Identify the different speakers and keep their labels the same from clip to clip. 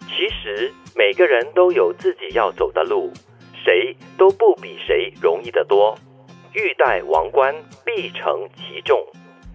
Speaker 1: 其实每个人都有自己要走的路，谁都不比谁容易得多。欲戴王冠，必承其重。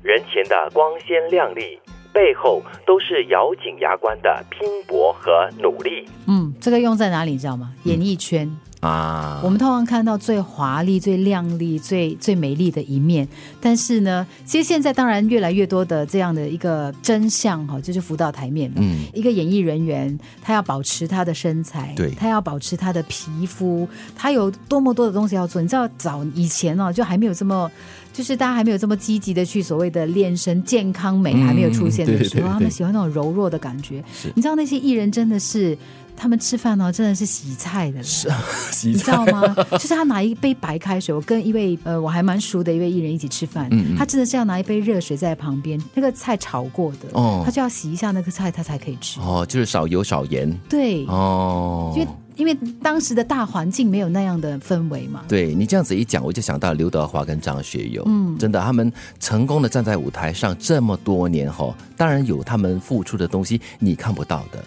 Speaker 1: 人前的光鲜亮丽，背后都是咬紧牙关的拼搏和努力。
Speaker 2: 嗯，这个用在哪里？你知道吗？演艺圈，
Speaker 3: 嗯啊
Speaker 2: 我，们通常看到最华丽、最亮丽、最最美丽的一面，但是呢，其实现在当然越来越多的这样的一个真相哈，就是浮到台面嘛。
Speaker 3: 嗯，
Speaker 2: 一个演艺人员，他要保持他的身材，
Speaker 3: 对
Speaker 2: 他要保持他的皮肤，他有多么多的东西要做。你知道，早以前哦，就还没有这么，就是大家还没有这么积极的去所谓的练身、健康美
Speaker 3: 嗯
Speaker 2: 还没有出现的时候，
Speaker 3: 对对对
Speaker 2: 他们喜欢那种柔弱的感觉
Speaker 3: 是。
Speaker 2: 你知道那些艺人真的是，他们吃饭哦，真的是洗菜的。是
Speaker 3: 啊洗
Speaker 2: 你知道
Speaker 3: 菜，
Speaker 2: 吗？ 就是他拿一杯白开水，我跟一位呃我还蛮熟的一位艺人一起吃饭，
Speaker 3: 嗯嗯
Speaker 2: 他真的是要拿一杯热水在旁边，那个菜炒过的，
Speaker 3: 哦
Speaker 2: 他就要洗一下那个菜，他才可以吃。
Speaker 3: 哦，就是少油少盐，
Speaker 2: 对，
Speaker 3: 哦，
Speaker 2: 因为因为当时的大环境没有那样的氛围嘛。
Speaker 3: 对你这样子一讲，我就想到刘德华跟张学友，嗯，真的，他们成功的站在舞台上这么多年哈，当然有他们付出的东西你看不到的，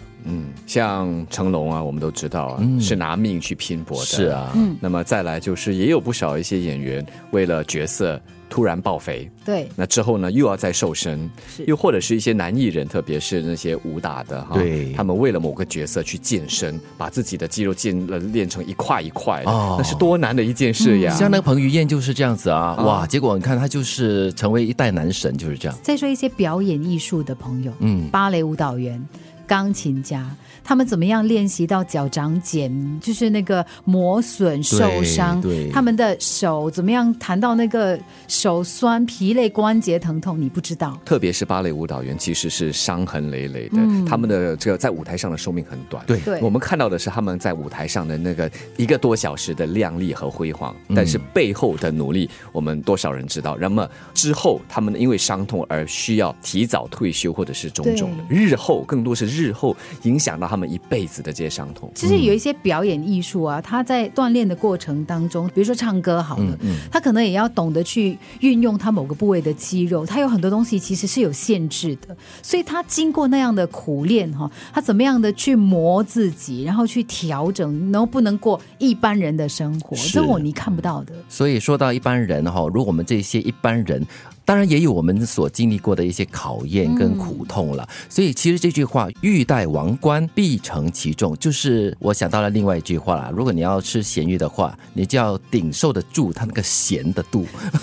Speaker 4: 像成龙啊，我们都知道啊，是拿命去拼搏的。
Speaker 3: 嗯
Speaker 4: 嗯
Speaker 3: 是啊，
Speaker 4: 那么再来就是，也有不少一些演员为了角色突然爆肥，
Speaker 2: 对，
Speaker 4: 那之后呢又要再瘦身
Speaker 2: 是，
Speaker 4: 又或者是一些男艺人，特别是那些武打的哈，
Speaker 3: 对
Speaker 4: 他们为了某个角色去健身，把自己的肌肉健了练成一块一块的，
Speaker 3: 哦
Speaker 4: 那是多难的一件事呀。
Speaker 3: 像那个彭于晏就是这样子啊，哇，结果你看他就是成为一代男神，就是这样，
Speaker 2: 再说一些表演艺术的朋友，
Speaker 3: 嗯，
Speaker 2: 芭蕾舞蹈员、钢琴家，他们怎么样练习到脚掌茧，就是那个磨损受伤
Speaker 3: 对对，
Speaker 2: 他们的手怎么样弹到那个手酸、疲累、关节疼痛，你不知道。
Speaker 4: 特别是芭蕾舞蹈员，其实是伤痕累累的，他们的这个在舞台上的寿命很短。
Speaker 3: 对
Speaker 2: 对
Speaker 4: 我们看到的是他们在舞台上的那个一个多小时的亮丽和辉煌，
Speaker 2: 嗯
Speaker 4: 但是背后的努力，我们多少人知道？那么之后，他们因为伤痛而需要提早退休，或者是种种的日后，更多是日后影响到他们一辈子的这些伤痛。
Speaker 2: 其实有一些表演艺术啊，他在锻炼的过程当中，比如说唱歌好了，他可能也要懂得去运用他某个部位的肌肉，他有很多东西其实是有限制的，所以他经过那样的苦练哈，他怎么样的去磨自己，然后去调整，然后不能过一般人的生活，
Speaker 3: 是
Speaker 2: 这我你看不到的。
Speaker 3: 所以说到一般人哈，如果我们这些一般人，当然也有我们所经历过的一些考验跟苦痛了。所以其实这句话“欲戴王冠，必承其重”，就是我想到了另外一句话啦。如果你要吃咸鱼的话，你就要顶受得住它那个咸的度，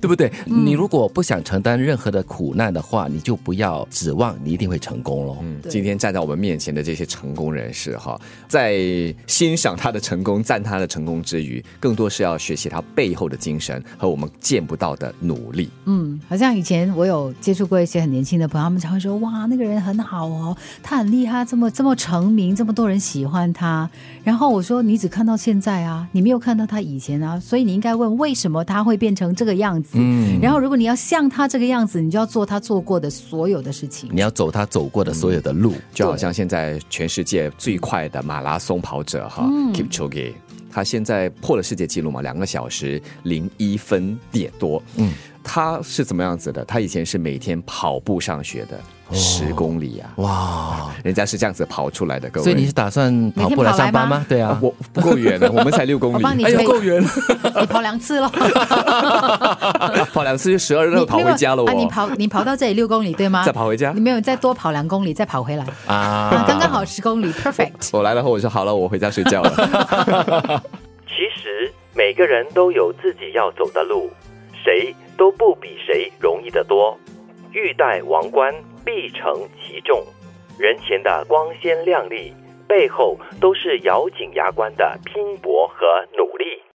Speaker 3: 对不对？你如果不想承担任何的苦难的话，你就不要指望你一定会成功喽。
Speaker 4: 嗯
Speaker 2: 对
Speaker 4: 今天站在我们面前的这些成功人士哈，在欣赏他的成功、赞他的成功之余，更多是要学习他背后的精神和我们见不到的努力。
Speaker 2: 嗯，好像以前我有接触过一些很年轻的朋友，他们常会说：“哇，那个人很好哦，他很厉害，这么这么成名，这么多人喜欢他。”然后我说：“你只看到现在啊，你没有看到他以前啊，所以你应该问为什么他会变成这个样子。
Speaker 4: 嗯
Speaker 2: 然后如果你要像他这个样子，你就要做他做过的所有的事情。
Speaker 3: 你要走他走过的所有的路。
Speaker 4: 就好像现在全世界最快的马拉松跑者哈、k
Speaker 2: 嗯
Speaker 4: i p c h o g e 他现在破了世界纪录嘛，两个小时零一分点多。嗯，他是怎么样子的？他以前是每天跑步上学的，
Speaker 2: 哦
Speaker 4: 十、公里啊，
Speaker 3: 哇！
Speaker 4: 人家是这样子跑出来的。各位，
Speaker 3: 所以你是打算跑步来上班吗？对啊
Speaker 4: 啊，，我不够远了，我们才六公
Speaker 2: 我
Speaker 4: 里，
Speaker 2: 帮你
Speaker 3: 哎
Speaker 2: 追，
Speaker 3: 呦够远了。
Speaker 2: 你跑两次了，
Speaker 4: 跑两次就十二，
Speaker 2: 你
Speaker 4: 又跑回家了我。
Speaker 2: 啊，你跑你跑到这里六公里对吗？
Speaker 4: 再跑回家
Speaker 2: 你没有再多跑两公里，再跑回来啊，刚刚好十公里，perfect。
Speaker 4: 我来了后，我说好了，我回家睡觉了。
Speaker 1: 其实每个人都有自己要走的路，谁都不比谁容易得多。欲戴王冠，必承其重。人前的光鲜亮丽，背后都是咬紧牙关的拼搏和努力。